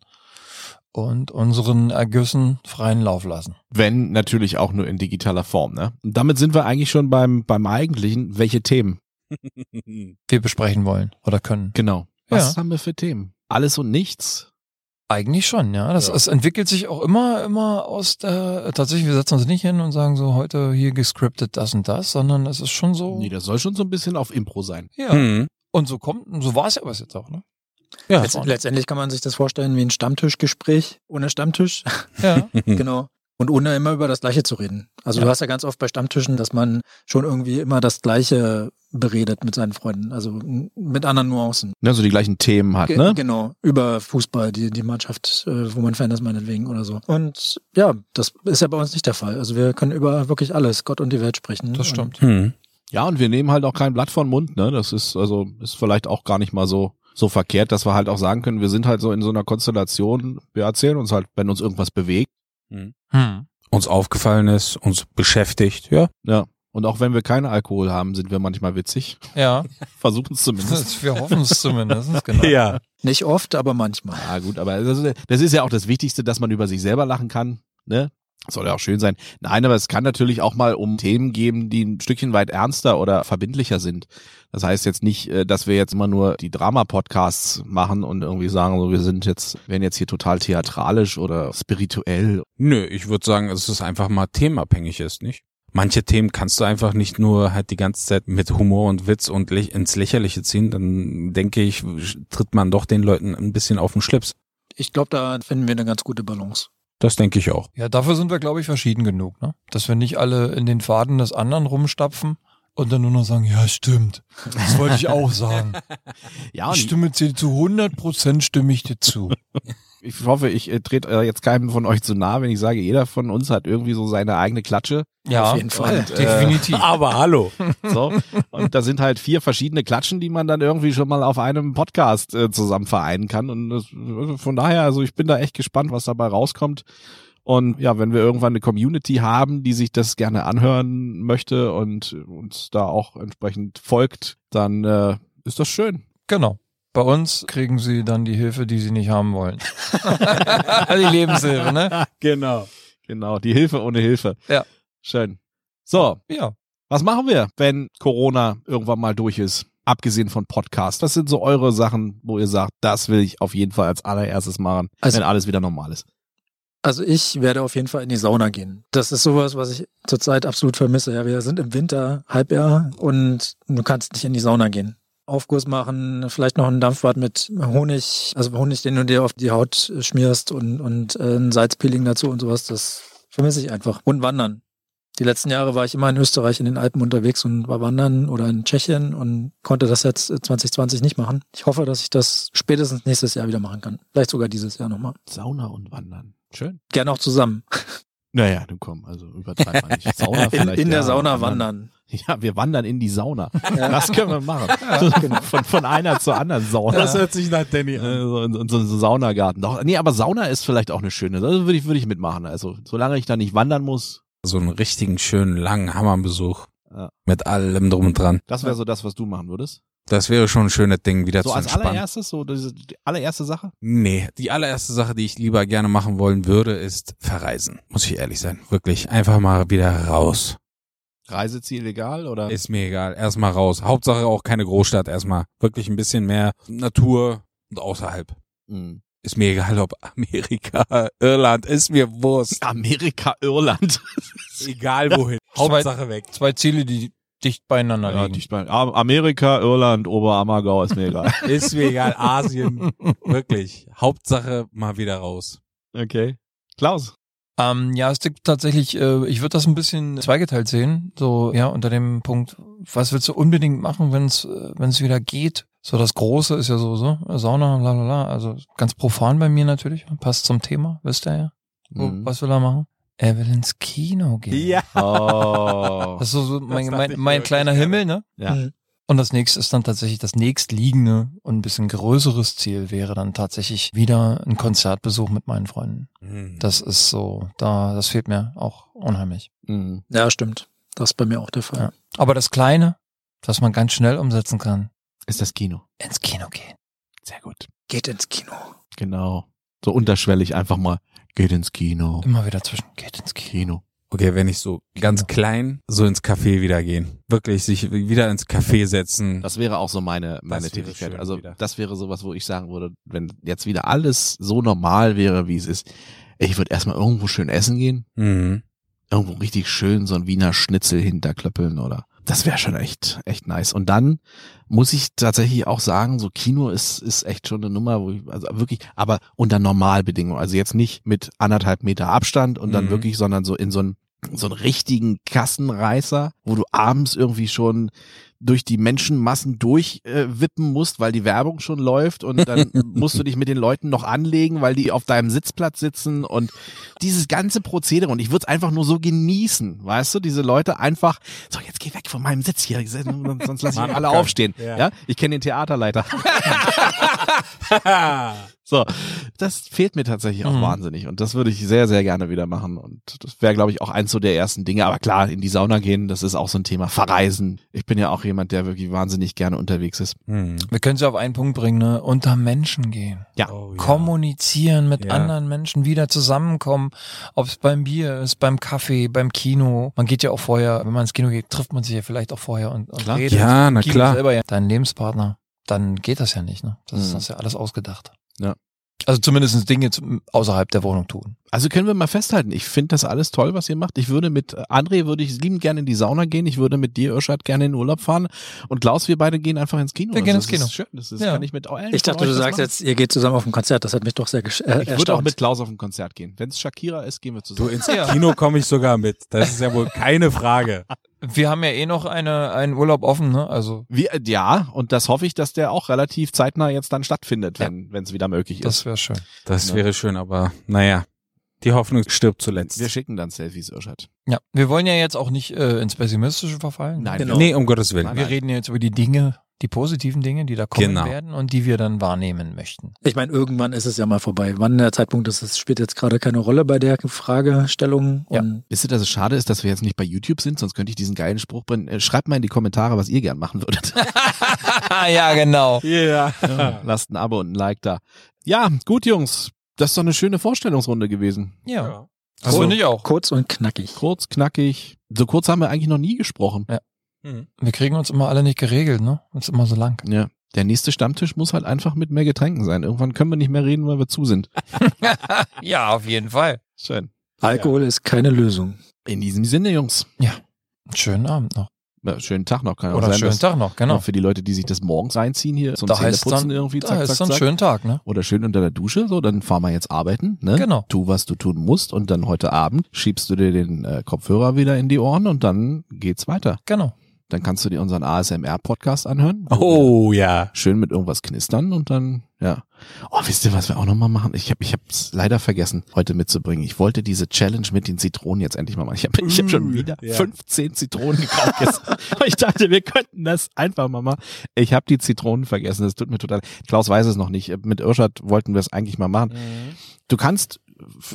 [SPEAKER 3] Und unseren Ergüssen freien Lauf lassen.
[SPEAKER 4] wenn natürlich auch nur in digitaler Form. Ne? Und damit sind wir eigentlich schon beim, beim eigentlichen, welche Themen.
[SPEAKER 5] Hm,
[SPEAKER 3] Wir besprechen wollen oder können.
[SPEAKER 4] Genau.
[SPEAKER 3] Ja.
[SPEAKER 4] Was haben wir für Themen? Alles und nichts?
[SPEAKER 3] Eigentlich schon, ja. Das,
[SPEAKER 5] Ja.
[SPEAKER 3] Es entwickelt sich auch immer, immer aus der, tatsächlich, wir setzen uns nicht hin und sagen so, heute hier gescriptet das und das, sondern es ist schon so,
[SPEAKER 4] Nee, das soll schon so ein bisschen auf Impro sein.
[SPEAKER 3] ja.
[SPEAKER 5] Mhm.
[SPEAKER 3] Und so kommt, so war es ja bis jetzt auch, ne?
[SPEAKER 5] Ja.
[SPEAKER 1] Letzt, letztendlich kann man sich das vorstellen wie ein Stammtischgespräch ohne Stammtisch.
[SPEAKER 3] Ja.
[SPEAKER 1] Genau. Und ohne immer über das Gleiche zu reden. Also du hast ja ganz oft bei Stammtischen, dass man schon irgendwie immer das Gleiche beredet mit seinen Freunden. Also n- mit anderen Nuancen.
[SPEAKER 4] Ne, so die gleichen Themen hat,
[SPEAKER 1] Ge-
[SPEAKER 4] ne?
[SPEAKER 1] Genau. Über Fußball, die, die Mannschaft, äh, wo man Fan ist, meinetwegen oder so. Und ja, das ist ja bei uns nicht der Fall. Also wir können über wirklich alles, Gott und die Welt sprechen.
[SPEAKER 3] Das stimmt.
[SPEAKER 5] Mhm.
[SPEAKER 4] Ja, und wir nehmen halt auch kein Blatt vor den Mund, ne? Das ist also ist vielleicht auch gar nicht mal so so verkehrt, dass wir halt auch sagen können, wir sind halt so in so einer Konstellation, wir erzählen uns halt, wenn uns irgendwas bewegt,
[SPEAKER 3] Hm.
[SPEAKER 5] Uns aufgefallen ist, uns beschäftigt, ja.
[SPEAKER 4] ja. Und auch wenn wir keinen Alkohol haben, sind wir manchmal witzig.
[SPEAKER 3] Ja.
[SPEAKER 4] Versuchen es zumindest.
[SPEAKER 3] Wir hoffen es zumindest, genau.
[SPEAKER 1] Und nicht oft, aber manchmal.
[SPEAKER 4] Ja, Ah, gut, aber das ist, das ist ja auch das Wichtigste, dass man über sich selber lachen kann, ne? Soll ja auch schön sein. Nein, aber es kann natürlich auch mal um Themen geben, die ein Stückchen weit ernster oder verbindlicher sind. Das heißt jetzt nicht, äh, dass wir jetzt immer nur die Drama-Podcasts machen und irgendwie sagen, so, wir sind jetzt, werden jetzt hier total theatralisch oder spirituell.
[SPEAKER 5] Nö, ich würde sagen, dass es einfach mal themenabhängig ist, nicht? Manche Themen kannst du einfach nicht nur halt die ganze Zeit mit Humor und Witz und läch- ins Lächerliche ziehen, dann denke ich, tritt man doch den Leuten ein bisschen auf den Schlips.
[SPEAKER 1] Ich glaube, da finden wir eine ganz gute Balance.
[SPEAKER 5] Das denke ich auch.
[SPEAKER 3] Ja, dafür sind wir, glaube ich, verschieden genug, ne? Dass wir nicht alle in den Faden des anderen rumstapfen und dann nur noch sagen, ja, stimmt. Das wollte ich auch sagen.
[SPEAKER 4] Ja,
[SPEAKER 3] Ich
[SPEAKER 4] und
[SPEAKER 3] stimme dir zu 100 Prozent stimme ich dir zu.
[SPEAKER 4] ich hoffe, ich äh, trete äh, jetzt keinem von euch zu nah, wenn ich sage, jeder von uns hat irgendwie so seine eigene Klatsche.
[SPEAKER 3] Ja,
[SPEAKER 1] Auf jeden Fall.
[SPEAKER 4] Und, äh,
[SPEAKER 3] definitiv.
[SPEAKER 5] Aber hallo.
[SPEAKER 4] So. Und da sind halt vier verschiedene Klatschen, die man dann irgendwie schon mal auf einem Podcast äh, zusammen vereinen kann. Und das, von daher, also ich bin da echt gespannt, was dabei rauskommt. Und ja, wenn wir irgendwann eine Community haben, die sich das gerne anhören möchte und uns da auch entsprechend folgt, dann äh, ist das schön.
[SPEAKER 3] Genau. Bei uns kriegen sie dann die Hilfe, die sie nicht haben wollen. die Lebenshilfe, ne?
[SPEAKER 4] Genau. Genau, die Hilfe ohne Hilfe.
[SPEAKER 3] Ja.
[SPEAKER 4] Schön. So,
[SPEAKER 3] Ja.
[SPEAKER 4] was machen wir, wenn Corona irgendwann mal durch ist? Abgesehen von Podcast. Was sind so eure Sachen, wo ihr sagt, das will ich auf jeden Fall als allererstes machen,
[SPEAKER 1] Also-
[SPEAKER 4] wenn alles wieder normal ist?
[SPEAKER 1] Also ich werde auf jeden Fall in die Sauna gehen. Das ist sowas, was ich zurzeit absolut vermisse. Ja, wir sind im Winter, Halbjahr und du kannst nicht in die Sauna gehen. Aufguss machen, vielleicht noch ein Dampfbad mit Honig, also Honig, den du dir auf die Haut äh, schmierst und, und äh, ein Salzpeeling dazu und sowas, das vermisse ich einfach. Und wandern. Die letzten Jahre war ich immer in Österreich in den Alpen unterwegs und war wandern oder in Tschechien und konnte das jetzt äh, 2020 nicht machen. Ich hoffe, dass ich das spätestens nächstes Jahr wieder machen kann. Vielleicht sogar dieses Jahr nochmal.
[SPEAKER 4] Sauna und Wandern. Schön.
[SPEAKER 1] Gerne auch zusammen.
[SPEAKER 4] Naja, du komm, also übertreib mal nicht. Sauna
[SPEAKER 1] In,
[SPEAKER 4] vielleicht,
[SPEAKER 1] in der
[SPEAKER 4] ja,
[SPEAKER 1] Sauna
[SPEAKER 4] aber wandern-
[SPEAKER 1] wandern.
[SPEAKER 4] Ja, wir wandern in die Sauna. Das können wir machen. von, von einer zur anderen Sauna.
[SPEAKER 3] Das
[SPEAKER 4] genau. hört sich nach Danny an. So, so, so, so Saunagarten. Doch, nee, aber Sauna ist vielleicht auch eine schöne. Also würde ich, würde ich mitmachen. Also, solange ich da nicht wandern muss,
[SPEAKER 5] So einen richtigen schönen langen Hammerbesuch.
[SPEAKER 4] Ja.
[SPEAKER 5] Mit allem drum und dran.
[SPEAKER 4] das wäre so das, was du machen würdest.
[SPEAKER 5] Das wäre schon ein schönes Ding, wieder
[SPEAKER 4] So
[SPEAKER 5] zu
[SPEAKER 4] als
[SPEAKER 5] entspannen.
[SPEAKER 4] allererstes, so diese die allererste Sache?
[SPEAKER 5] Nee, die allererste Sache, die ich lieber gerne machen wollen würde, ist verreisen. Muss ich ehrlich sein. Wirklich. Einfach mal wieder raus.
[SPEAKER 4] Reiseziel legal oder?
[SPEAKER 5] Ist mir egal. Erstmal raus. Hauptsache auch keine Großstadt erstmal. Wirklich ein bisschen mehr Natur und außerhalb.
[SPEAKER 4] Mhm.
[SPEAKER 5] Ist mir egal, ob Amerika, Irland, ist mir Wurst.
[SPEAKER 4] Amerika, Irland.
[SPEAKER 5] Egal wohin. Hauptsache weg.
[SPEAKER 3] Zwei Ziele, die dicht beieinander
[SPEAKER 4] Ja,
[SPEAKER 3] liegen.
[SPEAKER 4] dicht bei- Am- Amerika, Irland, Oberammergau, ist mir egal.
[SPEAKER 5] Ist mir egal. Asien. Wirklich. Hauptsache mal wieder raus.
[SPEAKER 4] Okay. Klaus.
[SPEAKER 3] Ähm, ja, es gibt tatsächlich, äh, ich würde das ein bisschen zweigeteilt sehen. So, ja, unter dem Punkt, was willst du unbedingt machen, wenn es äh, wenn's wieder geht? So das Große ist ja so, so Sauna, la la la. Also ganz profan bei mir natürlich. ne? Passt zum Thema, wisst ihr ja.
[SPEAKER 5] Oh,
[SPEAKER 3] Wo-
[SPEAKER 4] Mhm.
[SPEAKER 3] Was will er machen? Er will ins Kino gehen.
[SPEAKER 2] Ja.
[SPEAKER 4] Oh.
[SPEAKER 3] Das ist so, so mein,
[SPEAKER 2] dachte
[SPEAKER 3] mein,
[SPEAKER 2] ich
[SPEAKER 3] mein
[SPEAKER 2] wirklich
[SPEAKER 3] kleiner
[SPEAKER 2] gerade.
[SPEAKER 3] Himmel, ne?
[SPEAKER 2] Ja.
[SPEAKER 1] Mhm.
[SPEAKER 3] Und das nächste ist dann tatsächlich das nächstliegende und ein bisschen größeres Ziel wäre dann tatsächlich wieder ein Konzertbesuch mit meinen Freunden. Das ist so, da, das fehlt mir auch unheimlich.
[SPEAKER 5] Hm.
[SPEAKER 4] Mhm.
[SPEAKER 1] Ja, stimmt. Das ist bei mir auch der Fall.
[SPEAKER 3] Ja. Aber das Kleine, das man ganz schnell umsetzen kann,
[SPEAKER 4] Ist das Kino.
[SPEAKER 3] ins Kino gehen.
[SPEAKER 4] Sehr gut.
[SPEAKER 1] Geht ins Kino.
[SPEAKER 4] Genau. So unterschwellig einfach mal. Geht ins Kino.
[SPEAKER 3] Immer wieder zwischen, geht ins Kino.
[SPEAKER 4] Kino.
[SPEAKER 5] Okay, wenn ich so ganz klein so ins Café wieder gehen. Wirklich sich wieder ins Café setzen.
[SPEAKER 4] Das wäre auch so meine, meine
[SPEAKER 5] wäre
[SPEAKER 4] Tätigkeit.
[SPEAKER 5] schön
[SPEAKER 4] Also
[SPEAKER 5] wieder.
[SPEAKER 4] das wäre sowas, wo ich sagen würde, wenn jetzt wieder alles so normal wäre, wie es ist, ich würde erstmal irgendwo schön essen gehen,
[SPEAKER 5] Mhm.
[SPEAKER 4] irgendwo richtig schön so ein Wiener Schnitzel hinterklöppeln oder das wäre schon echt, echt nice. Und dann muss ich tatsächlich auch sagen, so Kino ist, ist echt schon eine Nummer, wo ich, also wirklich, aber unter Normalbedingungen. Also jetzt nicht mit anderthalb Meter Abstand und dann
[SPEAKER 5] Mhm.
[SPEAKER 4] wirklich, sondern so in so einem so einen richtigen Kassenreißer, wo du abends irgendwie schon durch die Menschenmassen durchwippen äh, wippen musst, weil die Werbung schon läuft und dann musst du dich mit den Leuten noch anlegen, weil die auf deinem Sitzplatz sitzen und dieses ganze Prozedere und ich würde es einfach nur so genießen, weißt du, diese Leute einfach, so jetzt geh weg von meinem Sitz hier, sonst lass ich alle
[SPEAKER 5] abgegangen.
[SPEAKER 4] aufstehen.
[SPEAKER 5] Ja.
[SPEAKER 4] Ja, ich kenne den Theaterleiter. So, das fehlt mir tatsächlich auch
[SPEAKER 3] Mhm.
[SPEAKER 4] wahnsinnig und das würde ich sehr, sehr gerne wieder machen und das wäre, glaube ich, auch eins so der ersten Dinge. Aber klar, in die Sauna gehen, das ist auch so ein Thema. Verreisen. Ich bin ja auch jemand, der wirklich wahnsinnig gerne unterwegs ist.
[SPEAKER 5] Mhm.
[SPEAKER 3] Wir können sie auf einen Punkt bringen, ne? Unter Menschen gehen.
[SPEAKER 5] Oh, ja.
[SPEAKER 3] Kommunizieren mit
[SPEAKER 5] Ja.
[SPEAKER 3] anderen Menschen, wieder zusammenkommen. Ob es beim Bier ist, beim Kaffee, beim Kino. Man geht ja auch vorher, wenn man ins Kino geht, trifft man sich ja vielleicht auch vorher und, und
[SPEAKER 4] Klar.
[SPEAKER 3] redet.
[SPEAKER 5] Ja, na
[SPEAKER 3] Kino
[SPEAKER 5] klar.
[SPEAKER 3] selber ja dein Lebenspartner, dann geht das ja nicht, ne? Das ist
[SPEAKER 4] Mhm.
[SPEAKER 3] das ist ja alles ausgedacht.
[SPEAKER 4] Ja.
[SPEAKER 3] Also zumindest Dinge zum- außerhalb der Wohnung tun.
[SPEAKER 4] Also können wir mal festhalten, ich finde das alles toll, was ihr macht. Ich würde mit äh, André, würde ich lieben gerne in die Sauna gehen. Ich würde mit dir, Irschad, gerne in den Urlaub fahren. Und Klaus, wir beide gehen einfach ins Kino.
[SPEAKER 3] Wir gehen
[SPEAKER 4] Also
[SPEAKER 3] ins
[SPEAKER 4] das
[SPEAKER 3] Kino.
[SPEAKER 4] Ist schön. Das ist,
[SPEAKER 3] Ja.
[SPEAKER 4] kann ich mit allen
[SPEAKER 1] Ich
[SPEAKER 4] von
[SPEAKER 1] dachte,
[SPEAKER 4] euch
[SPEAKER 1] du
[SPEAKER 4] das
[SPEAKER 1] sagst
[SPEAKER 4] machen.
[SPEAKER 1] jetzt, ihr geht zusammen auf ein Konzert. Das hat mich doch sehr gesch- äh,
[SPEAKER 4] Ich würde auch
[SPEAKER 1] erstaunt.
[SPEAKER 4] mit Klaus auf ein Konzert gehen. Wenn es Shakira ist, gehen wir
[SPEAKER 5] Du,
[SPEAKER 4] zusammen.
[SPEAKER 5] ins Kino komme ich sogar mit. Das ist ja wohl keine Frage.
[SPEAKER 3] Wir haben ja eh noch eine, einen Urlaub offen, ne? Also
[SPEAKER 4] Wir, äh, ja, und das hoffe ich, dass der auch relativ zeitnah jetzt dann stattfindet, wenn es wieder möglich ist.
[SPEAKER 3] das wäre schön.
[SPEAKER 5] Das
[SPEAKER 4] Ja.
[SPEAKER 5] wäre schön, aber naja. Die Hoffnung stirbt zuletzt.
[SPEAKER 4] Wir schicken dann Selfies, Irschad.
[SPEAKER 3] Ja, wir wollen ja jetzt auch nicht äh, ins Pessimistische verfallen.
[SPEAKER 4] Nein,
[SPEAKER 1] Genau.
[SPEAKER 5] Nee, um Gottes Willen.
[SPEAKER 4] Nein,
[SPEAKER 3] Wir
[SPEAKER 4] nein.
[SPEAKER 3] reden ja jetzt über die Dinge, die positiven Dinge, die da kommen
[SPEAKER 5] Genau.
[SPEAKER 3] werden und die wir dann wahrnehmen möchten.
[SPEAKER 1] Ich meine, irgendwann ist es ja mal vorbei. Wann der Zeitpunkt ist, das spielt jetzt gerade keine Rolle bei der Fragestellung.
[SPEAKER 3] Ja.
[SPEAKER 1] Und
[SPEAKER 4] Wisst ihr, dass es schade ist, dass wir jetzt nicht bei YouTube sind, sonst könnte ich diesen geilen Spruch bringen. Äh, Schreibt mal in die Kommentare, was ihr gern machen würdet.
[SPEAKER 3] Ah, ja, genau.
[SPEAKER 5] Ja.
[SPEAKER 4] Lasst ein Abo und ein Like da. Ja, gut, Jungs. Das ist doch eine schöne Vorstellungsrunde gewesen.
[SPEAKER 3] Ja. Also,
[SPEAKER 5] Ja.
[SPEAKER 3] Das
[SPEAKER 1] Cool.
[SPEAKER 3] finde ich auch.
[SPEAKER 1] kurz und knackig.
[SPEAKER 4] Kurz, knackig. So kurz haben wir eigentlich noch nie gesprochen.
[SPEAKER 3] Wir kriegen uns immer alle nicht geregelt, ne? Uns immer so lang.
[SPEAKER 4] Ja. Der nächste Stammtisch muss halt einfach mit mehr Getränken sein. Irgendwann können wir nicht mehr reden, weil wir zu sind.
[SPEAKER 3] Ja, auf jeden Fall.
[SPEAKER 4] Schön.
[SPEAKER 1] Alkohol ist keine Lösung.
[SPEAKER 4] In diesem Sinne, Jungs.
[SPEAKER 3] Einen schönen Abend noch.
[SPEAKER 4] Na, schönen Tag noch, kann ja auch
[SPEAKER 3] Oder
[SPEAKER 4] sein.
[SPEAKER 3] schönen
[SPEAKER 4] dass-
[SPEAKER 3] Tag noch, genau.
[SPEAKER 4] Auch Für die Leute, die sich das morgens einziehen hier zum
[SPEAKER 3] Da heißt
[SPEAKER 4] Zähneputzen
[SPEAKER 3] dann,
[SPEAKER 4] irgendwie,
[SPEAKER 3] da
[SPEAKER 4] zack,
[SPEAKER 3] heißt
[SPEAKER 4] zack,
[SPEAKER 3] dann
[SPEAKER 4] zack.
[SPEAKER 3] schönen Tag, ne?
[SPEAKER 4] Oder schön unter der Dusche, so, dann fahren wir jetzt arbeiten, ne?
[SPEAKER 3] Genau.
[SPEAKER 4] Tu, was du tun musst und dann heute Abend schiebst du dir den äh, Kopfhörer wieder in die Ohren und dann geht's weiter.
[SPEAKER 3] Genau.
[SPEAKER 4] Dann kannst du dir unseren ASMR-Podcast anhören.
[SPEAKER 5] Oh ja.
[SPEAKER 4] Schön mit irgendwas knistern und dann, ja. Oh, wisst ihr, was wir auch nochmal machen? Ich habe ich hab's leider vergessen, heute mitzubringen. Ich wollte diese Challenge mit den Zitronen jetzt endlich mal machen. Ich habe ich hab schon wieder
[SPEAKER 5] Mm, ja.
[SPEAKER 4] 15 Zitronen gekauft gestern. ich dachte, wir könnten das einfach mal machen. Ich habe die Zitronen vergessen. Das tut mir total. Klaus weiß es noch nicht. Mit Irschad wollten wir es eigentlich mal machen.
[SPEAKER 3] Mhm.
[SPEAKER 4] Du kannst,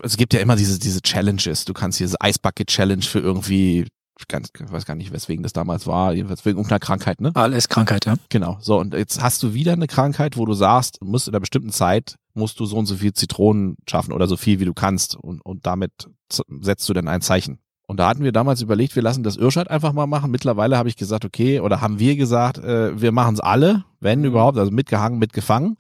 [SPEAKER 4] es gibt ja immer diese, diese Challenges. Du kannst diese Eisbucket Challenge für irgendwie, ganz, ich weiß gar nicht, weswegen das damals war, jedenfalls wegen irgendeiner Krankheit, ne?
[SPEAKER 1] ALS-Krankheit, ja.
[SPEAKER 4] Genau. So, und jetzt hast du wieder eine Krankheit, wo du sagst, du musst in einer bestimmten Zeit, musst du so und so viel Zitronen schaffen oder so viel, wie du kannst. Und, und damit z- setzt du dann ein Zeichen. Und da hatten wir damals überlegt, wir lassen das Irrschad einfach mal machen. Mittlerweile habe ich gesagt, okay, oder haben wir gesagt, äh, wir machen es alle, wenn überhaupt, also mitgehangen, mitgefangen.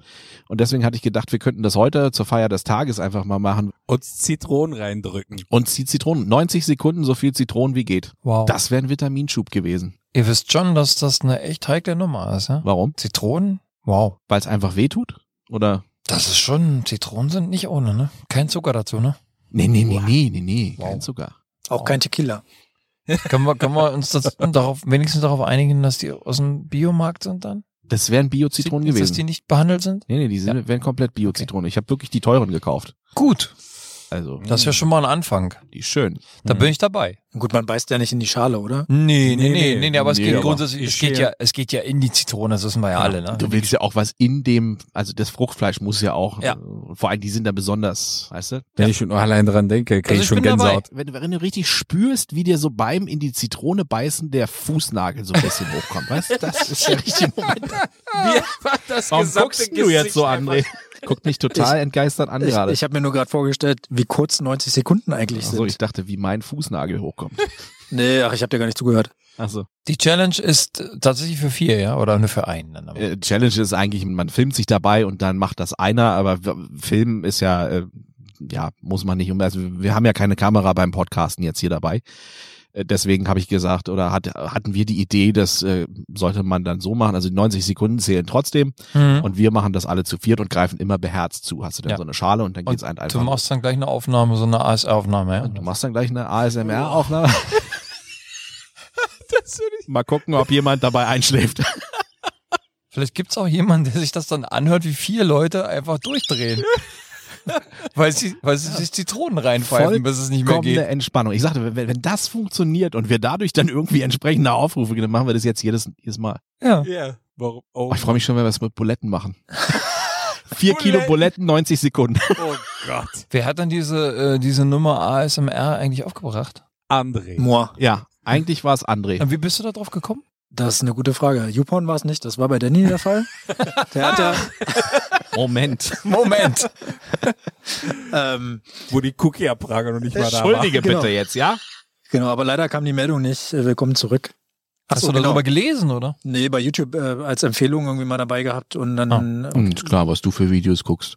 [SPEAKER 4] Und deswegen hatte ich gedacht, wir könnten das heute zur Feier des Tages einfach mal machen.
[SPEAKER 5] Und Zitronen reindrücken.
[SPEAKER 4] Und zieht Zitronen, 90 Sekunden, so viel Zitronen wie geht.
[SPEAKER 3] Wow.
[SPEAKER 4] Das wäre ein Vitaminschub gewesen.
[SPEAKER 3] Ihr wisst schon, dass das eine echt heikle Nummer ist, ja?
[SPEAKER 4] Warum?
[SPEAKER 3] Zitronen? Wow.
[SPEAKER 4] Weil es einfach weh tut? Oder?
[SPEAKER 3] Das ist schon, Zitronen sind nicht ohne, ne? Kein Zucker dazu, ne?
[SPEAKER 4] Nee, nee, nee, nee, nee, nee,
[SPEAKER 3] Wow.
[SPEAKER 4] kein Zucker.
[SPEAKER 1] Auch kein Tequila.
[SPEAKER 3] Können wir, können wir uns das darauf, wenigstens darauf einigen, dass die aus dem Biomarkt sind dann?
[SPEAKER 4] Das wären Bio-Zitronen
[SPEAKER 3] Sieht man,
[SPEAKER 4] gewesen.
[SPEAKER 3] Dass die nicht behandelt sind?
[SPEAKER 4] Nee, nee, die sind, wären komplett Bio-Zitronen. Ich habe wirklich die teuren gekauft.
[SPEAKER 3] Gut.
[SPEAKER 4] Also,
[SPEAKER 3] Das ist ja schon mal ein Anfang.
[SPEAKER 4] die ist schön.
[SPEAKER 3] Da bin ich dabei.
[SPEAKER 1] Gut, man beißt ja nicht in die Schale, oder?
[SPEAKER 3] Nee, nee, nee, nee, nee, aber es
[SPEAKER 4] Nee,
[SPEAKER 3] geht
[SPEAKER 4] aber
[SPEAKER 3] grundsätzlich, es geht ja, es geht ja in die Zitrone, das wissen wir ja alle, ne?
[SPEAKER 4] Du willst ja auch was in dem, also das Fruchtfleisch muss ja auch,
[SPEAKER 3] Ja.
[SPEAKER 4] äh, vor allem die sind da besonders, weißt du?
[SPEAKER 5] Wenn ich schon allein dran denke, kriege
[SPEAKER 3] Also
[SPEAKER 5] ich
[SPEAKER 3] ich
[SPEAKER 5] schon
[SPEAKER 3] bin dabei.
[SPEAKER 5] Gänsehaut.
[SPEAKER 4] Wenn, du- wenn du richtig spürst, wie dir so beim in die Zitrone beißen der Fußnagel so ein bisschen hochkommt, weißt du? Das ist der richtige Moment.
[SPEAKER 5] Mir war das
[SPEAKER 4] Warum
[SPEAKER 5] gesamte
[SPEAKER 4] guckst du jetzt so,
[SPEAKER 5] Gesicht
[SPEAKER 4] André?
[SPEAKER 5] einfach-
[SPEAKER 4] Guckt mich total entgeistert an
[SPEAKER 1] Ich,
[SPEAKER 4] gerade.
[SPEAKER 1] ich habe mir nur gerade vorgestellt, wie kurz 90 Sekunden eigentlich
[SPEAKER 4] Ach
[SPEAKER 1] sind.
[SPEAKER 4] so, ich dachte, wie mein Fußnagel hochkommt.
[SPEAKER 1] nee, ach, ich habe dir gar nicht zugehört.
[SPEAKER 4] Also
[SPEAKER 3] Die Challenge ist äh, tatsächlich für vier, ja? Oder nur für einen dann aber.
[SPEAKER 4] äh, Challenge ist eigentlich, man filmt sich dabei und dann macht das einer, aber w- Filmen ist ja, äh, ja, muss man nicht um. Also wir haben ja keine Kamera beim Podcasten jetzt hier dabei. Äh, Deswegen habe ich gesagt, oder hat, hatten wir die Idee, das äh, sollte man dann so machen. Also die 90 Sekunden zählen trotzdem
[SPEAKER 3] Hm.
[SPEAKER 4] und wir machen das alle zu viert und greifen immer beherzt zu. Hast du dann
[SPEAKER 3] Ja.
[SPEAKER 4] so eine Schale und dann geht's ein- einfach.
[SPEAKER 3] Du machst dann gleich eine Aufnahme, so eine ASR-Aufnahme,
[SPEAKER 4] du
[SPEAKER 3] ja?
[SPEAKER 4] machst dann gleich eine ASMR-Aufnahme. Mal gucken, ob jemand dabei einschläft.
[SPEAKER 3] Vielleicht gibt's auch jemanden, der sich das dann anhört, wie vier Leute einfach durchdrehen. weil sie, weil sie sich Zitronen reinpfeifen, bis es nicht mehr
[SPEAKER 4] Kommende
[SPEAKER 3] geht.
[SPEAKER 4] Entspannung. Ich sagte, wenn, wenn das funktioniert und wir dadurch dann irgendwie entsprechende Aufrufe, kriegen, dann machen wir das jetzt jedes, jedes Mal.
[SPEAKER 3] Ja.
[SPEAKER 5] Ja. Warum?
[SPEAKER 4] Oh, ich freue mich schon, wenn wir es mit Buletten machen. Vier Kilo Buletten, 90 Sekunden.
[SPEAKER 5] Oh Gott.
[SPEAKER 3] Wer hat dann diese, äh, diese Nummer ASMR eigentlich aufgebracht?
[SPEAKER 5] André.
[SPEAKER 1] Moa.
[SPEAKER 4] Ja, eigentlich war es André.
[SPEAKER 3] Und wie bist du da drauf gekommen?
[SPEAKER 1] Das ist eine gute Frage. YouPorn war es nicht, das war bei Danny der Fall. Der hat ja,
[SPEAKER 4] Moment.
[SPEAKER 3] Moment!
[SPEAKER 1] ähm,
[SPEAKER 5] Wo die Cookie-Abfrage noch nicht mal da war.
[SPEAKER 4] Entschuldige
[SPEAKER 1] Genau.
[SPEAKER 4] bitte jetzt, Ah. ja?
[SPEAKER 1] genau, aber leider kam die Meldung nicht. äh, Willkommen zurück.
[SPEAKER 3] Hast du
[SPEAKER 4] genau.
[SPEAKER 3] darüber gelesen, oder?
[SPEAKER 1] Nee, bei YouTube äh, als Empfehlung irgendwie mal dabei gehabt und dann
[SPEAKER 4] Und klar, was du für Videos guckst.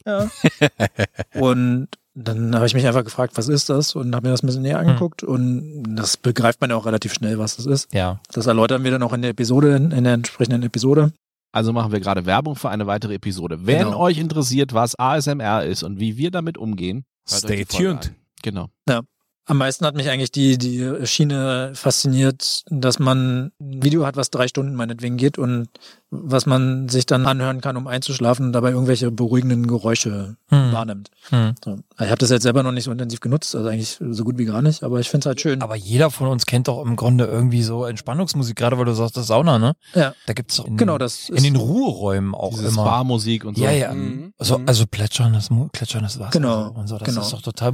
[SPEAKER 1] und dann habe ich mich einfach gefragt, was ist das? Und habe mir das ein bisschen näher
[SPEAKER 4] Hm.
[SPEAKER 1] angeguckt und das begreift man ja auch relativ schnell, was das ist.
[SPEAKER 3] Ja.
[SPEAKER 1] Das erläutern wir dann auch in der Episode, in der entsprechenden Episode.
[SPEAKER 4] Also machen wir gerade Werbung für eine weitere Episode. Wenn
[SPEAKER 1] Genau.
[SPEAKER 4] euch interessiert, was ASMR ist und wie wir damit umgehen, hört euch die
[SPEAKER 5] Stay
[SPEAKER 4] Folge
[SPEAKER 5] tuned.
[SPEAKER 4] an. Genau.
[SPEAKER 1] Am meisten hat mich eigentlich die, die Schiene fasziniert, dass man ein Video hat, was drei Stunden meinetwegen geht und was man sich dann anhören kann, um einzuschlafen und dabei irgendwelche beruhigenden Geräusche
[SPEAKER 3] Hm.
[SPEAKER 1] wahrnimmt.
[SPEAKER 3] Hm.
[SPEAKER 1] So. Ich habe das jetzt selber noch nicht so intensiv genutzt, also eigentlich so gut wie gar nicht, aber ich finde es halt schön.
[SPEAKER 3] Aber jeder von uns kennt doch im Grunde irgendwie so Entspannungsmusik, gerade weil du sagst, das ist Sauna, ne?
[SPEAKER 1] Ja.
[SPEAKER 3] Da gibt's doch in,
[SPEAKER 1] genau, das
[SPEAKER 3] in
[SPEAKER 1] ist
[SPEAKER 3] den Ruheräumen auch
[SPEAKER 4] Diese
[SPEAKER 3] immer.
[SPEAKER 4] Spa-Musik und so.
[SPEAKER 3] Ja, ja.
[SPEAKER 5] Mhm.
[SPEAKER 3] So,
[SPEAKER 5] Mhm.
[SPEAKER 3] also plätschern das, Mu- plätschern das Wasser
[SPEAKER 1] Genau,
[SPEAKER 3] und so. Das
[SPEAKER 1] genau.
[SPEAKER 3] ist doch total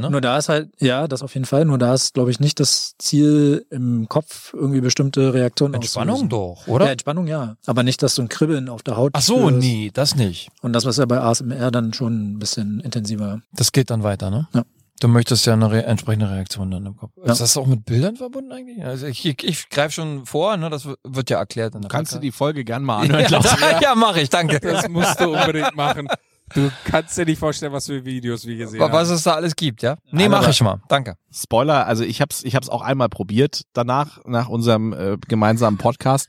[SPEAKER 1] Nur,
[SPEAKER 3] ne?
[SPEAKER 1] nur da ist halt, ja, das auf jeden Fall, nur da ist, glaube ich, nicht das Ziel, im Kopf irgendwie bestimmte Reaktionen
[SPEAKER 3] Entspannung
[SPEAKER 1] auszulösen.
[SPEAKER 3] doch, oder?
[SPEAKER 1] Ja, Entspannung, ja. Aber nicht, dass so ein Kribbeln auf der Haut.
[SPEAKER 3] Ach so,
[SPEAKER 1] spürst.
[SPEAKER 3] nee, das nicht.
[SPEAKER 1] Und das, was ja bei ASMR dann schon ein bisschen intensiver.
[SPEAKER 3] Das geht dann weiter, ne?
[SPEAKER 1] Ja.
[SPEAKER 3] Du möchtest ja eine re entsprechende Reaktion dann im Kopf.
[SPEAKER 1] Ja.
[SPEAKER 3] Ist das auch mit Bildern verbunden eigentlich? Also ich, ich, ich greife schon vor, ne? Das w- wird ja erklärt. In der
[SPEAKER 4] Kannst du
[SPEAKER 3] Podcast-
[SPEAKER 4] die Folge gern mal anhören,
[SPEAKER 3] Mhm. Ja, ja, ja mache ich, danke.
[SPEAKER 5] Das musst du unbedingt machen. Du kannst dir nicht vorstellen, was für Videos wir gesehen
[SPEAKER 3] Aber Was
[SPEAKER 5] haben.
[SPEAKER 3] es da alles gibt, ja? Nee,
[SPEAKER 4] Nein,
[SPEAKER 3] mache
[SPEAKER 4] aber-
[SPEAKER 3] ich mal. Danke.
[SPEAKER 4] Spoiler, also ich hab's, ich hab's auch einmal probiert danach, nach unserem äh, gemeinsamen Podcast.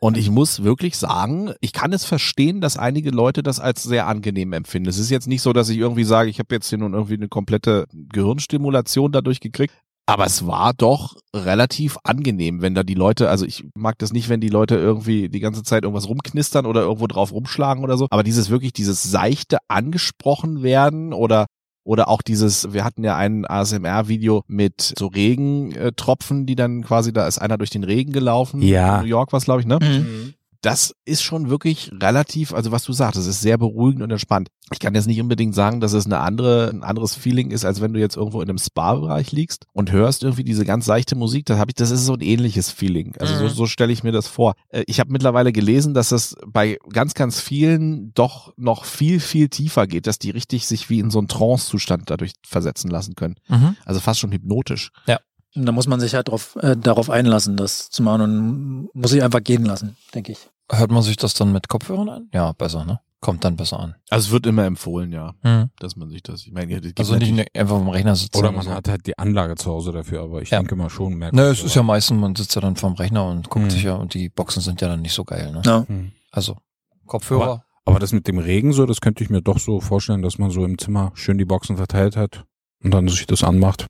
[SPEAKER 4] Und ich muss wirklich sagen, ich kann es verstehen, dass einige Leute das als sehr angenehm empfinden. Es ist jetzt nicht so, dass ich irgendwie sage, ich habe jetzt hier nun irgendwie eine komplette Gehirnstimulation dadurch gekriegt. Aber es war doch relativ angenehm, wenn da die Leute, also ich mag das nicht, wenn die Leute irgendwie die ganze Zeit irgendwas rumknistern oder irgendwo drauf rumschlagen oder so. Aber dieses wirklich, dieses seichte angesprochen werden oder oder auch dieses, wir hatten ja ein ASMR-Video mit so Regentropfen, die dann quasi, da ist einer durch den Regen gelaufen.
[SPEAKER 5] Ja.
[SPEAKER 4] In New York war glaube ich, ne?
[SPEAKER 5] Mhm.
[SPEAKER 4] Das ist schon wirklich relativ, also was du sagst, es ist sehr beruhigend und entspannt. Ich kann jetzt nicht unbedingt sagen, dass es eine andere, ein anderes Feeling ist, als wenn du jetzt irgendwo in einem Spa-Bereich liegst und hörst irgendwie diese ganz seichte Musik. Das habe ich, das ist so ein ähnliches Feeling. Also so,
[SPEAKER 3] Mhm.
[SPEAKER 4] so stelle ich mir das vor. Äh, Ich habe mittlerweile gelesen, dass das bei ganz, ganz vielen doch noch viel, viel tiefer geht, dass die richtig sich wie in so einen Trance-Zustand dadurch versetzen lassen können.
[SPEAKER 3] Mhm.
[SPEAKER 4] Also fast schon hypnotisch.
[SPEAKER 1] Und da muss man sich halt drauf, äh, darauf einlassen, das zu machen und muss sich einfach gehen lassen, denke ich.
[SPEAKER 3] Hört man sich das dann mit Kopfhörern an? Ja, besser, ne? Kommt dann besser an.
[SPEAKER 4] Also es wird immer empfohlen, ja, dass man sich das, ich meine, es gibt
[SPEAKER 3] Mhm. Also nicht
[SPEAKER 4] natürlich-
[SPEAKER 3] ne- einfach am Rechner sitzen.
[SPEAKER 5] Oder man
[SPEAKER 3] so.
[SPEAKER 5] hat halt die Anlage zu Hause dafür, aber ich
[SPEAKER 3] Ja.
[SPEAKER 5] denke mal schon merkt.
[SPEAKER 3] Ne,
[SPEAKER 5] man
[SPEAKER 3] es ist ja
[SPEAKER 5] selber.
[SPEAKER 3] meistens, man sitzt ja dann vorm Rechner und guckt
[SPEAKER 5] Mhm.
[SPEAKER 3] sich ja, und die Boxen sind ja dann nicht so geil, ne?
[SPEAKER 1] Ja.
[SPEAKER 5] Mhm.
[SPEAKER 3] Also, Kopfhörer.
[SPEAKER 5] Aber das mit dem Regen so, das könnte ich mir doch so vorstellen, dass man so im Zimmer schön die Boxen verteilt hat und dann sich das anmacht.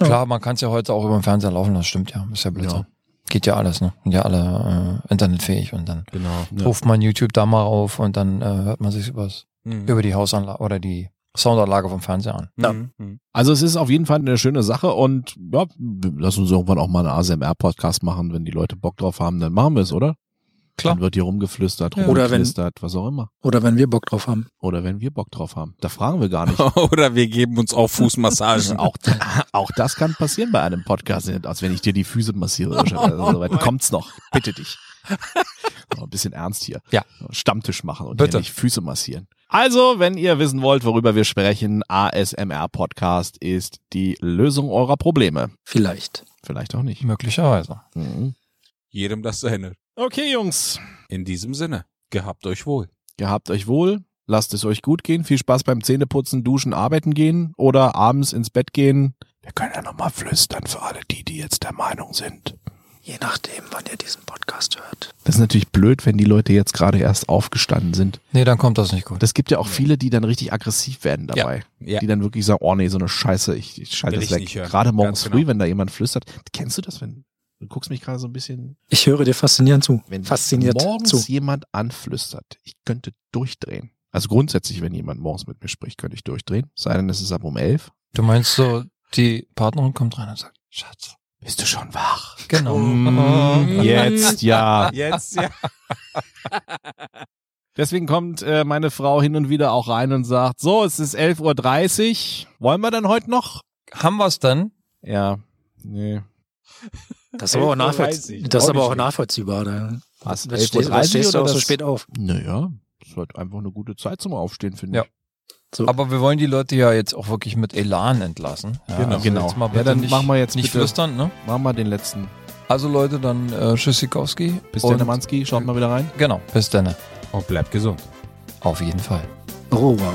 [SPEAKER 1] Ja.
[SPEAKER 3] Klar, man kann es ja heute auch über den Fernseher laufen, das stimmt ja. Ist ja blöd.
[SPEAKER 4] Ja.
[SPEAKER 3] Geht ja alles, ne? Sind ja alle äh, internetfähig und dann
[SPEAKER 4] Genau.
[SPEAKER 3] ruft man YouTube da mal auf und dann äh, hört man sich übers,
[SPEAKER 5] Hm.
[SPEAKER 3] über die Hausanlage oder die Soundanlage vom Fernseher an.
[SPEAKER 5] Hm.
[SPEAKER 4] Also es ist auf jeden Fall eine schöne Sache und ja, lass uns irgendwann auch mal einen ASMR-Podcast machen, wenn die Leute Bock drauf haben, dann machen wir es, oder?
[SPEAKER 3] Klar.
[SPEAKER 4] Dann wird hier rumgeflüstert,
[SPEAKER 3] Ja.
[SPEAKER 1] Oder wenn-
[SPEAKER 4] rumgeflüstert, was auch immer.
[SPEAKER 1] Oder wenn wir Bock drauf haben.
[SPEAKER 4] Oder wenn wir Bock drauf haben. Da fragen wir gar nicht.
[SPEAKER 5] Oder wir geben uns auch Fußmassagen.
[SPEAKER 4] auch, auch das kann passieren bei einem Podcast, als wenn ich dir die Füße massiere. Oder so weit kommt's noch. Bitte dich. Mal Ein bisschen ernst hier.
[SPEAKER 3] Ja.
[SPEAKER 4] Stammtisch machen und
[SPEAKER 3] Bitte.
[SPEAKER 4] Hier nicht Füße massieren. Also, wenn ihr wissen wollt, worüber wir sprechen, ASMR-Podcast ist die Lösung eurer Probleme.
[SPEAKER 1] Vielleicht.
[SPEAKER 4] Vielleicht auch
[SPEAKER 3] Hm.
[SPEAKER 4] nicht.
[SPEAKER 3] Möglicherweise.
[SPEAKER 4] Mhm.
[SPEAKER 5] Jedem das seine.
[SPEAKER 4] Okay, Jungs.
[SPEAKER 5] In diesem Sinne, gehabt euch wohl.
[SPEAKER 4] Gehabt euch wohl. Lasst es euch gut gehen. Viel Spaß beim Zähneputzen, Duschen, Arbeiten gehen oder abends ins Bett gehen. Wir können ja nochmal flüstern für alle die, die jetzt der Meinung sind.
[SPEAKER 1] Je nachdem, wann ihr diesen Podcast hört.
[SPEAKER 4] Das ist natürlich blöd, wenn die Leute jetzt gerade erst aufgestanden sind.
[SPEAKER 3] Nee, dann kommt das nicht gut.
[SPEAKER 4] Das gibt ja auch viele, die dann richtig aggressiv werden dabei.
[SPEAKER 5] Ja.
[SPEAKER 4] Die dann wirklich sagen, oh nee, so eine Scheiße, ich, ich schalte
[SPEAKER 5] Will
[SPEAKER 4] das
[SPEAKER 5] ich
[SPEAKER 4] weg.
[SPEAKER 5] nicht hören.
[SPEAKER 4] Gerade morgens
[SPEAKER 5] Ganz genau.
[SPEAKER 4] früh, wenn da jemand flüstert. Kennst du das, wenn du guckst mich gerade so ein bisschen,
[SPEAKER 1] Ich höre dir faszinierend zu.
[SPEAKER 4] wenn
[SPEAKER 1] Fasziniert
[SPEAKER 4] morgens
[SPEAKER 1] zu.
[SPEAKER 4] jemand anflüstert, ich könnte durchdrehen. Also grundsätzlich, wenn jemand morgens mit mir spricht, könnte ich durchdrehen. Sei denn, es ist ab um elf.
[SPEAKER 3] Du meinst so, die Partnerin kommt rein und sagt, Schatz.
[SPEAKER 4] Bist du schon wach?
[SPEAKER 3] Genau.
[SPEAKER 4] Mm, Jetzt ja.
[SPEAKER 5] Jetzt ja.
[SPEAKER 4] Deswegen kommt äh, meine Frau hin und wieder auch rein und sagt, so, es ist 11.30 Uhr. Wollen wir dann heute noch?
[SPEAKER 3] Haben wir es denn?
[SPEAKER 4] Ja. Nee.
[SPEAKER 1] Das ist aber auch,
[SPEAKER 5] 11.30
[SPEAKER 1] nachvollzie das ist
[SPEAKER 5] Auch
[SPEAKER 1] aber
[SPEAKER 5] nicht
[SPEAKER 1] auch
[SPEAKER 5] schlecht.
[SPEAKER 1] nachvollziehbar. Da.
[SPEAKER 4] Was,
[SPEAKER 1] Was stehst, was stehst du auch so spät auf?
[SPEAKER 4] Naja, es wird einfach eine gute Zeit zum Aufstehen, finde
[SPEAKER 3] Ja.
[SPEAKER 4] ich.
[SPEAKER 3] Aber wir wollen die Leute ja jetzt auch wirklich mit Elan entlassen. Ja, also
[SPEAKER 4] Genau. Genau.
[SPEAKER 3] Jetzt mal
[SPEAKER 4] Ja,
[SPEAKER 3] bitte
[SPEAKER 4] dann
[SPEAKER 3] nicht,
[SPEAKER 4] machen wir jetzt
[SPEAKER 3] nicht
[SPEAKER 4] bitte-
[SPEAKER 3] flüstern, ne?
[SPEAKER 4] Machen wir den letzten.
[SPEAKER 3] Also Leute, dann äh, Tschüssikowski.
[SPEAKER 4] Bis
[SPEAKER 3] Und-
[SPEAKER 4] dann, Manski. Schaut mal wieder rein.
[SPEAKER 3] Genau, bis dann.
[SPEAKER 5] Und bleibt gesund.
[SPEAKER 3] Auf jeden Fall.
[SPEAKER 1] Oh, wow.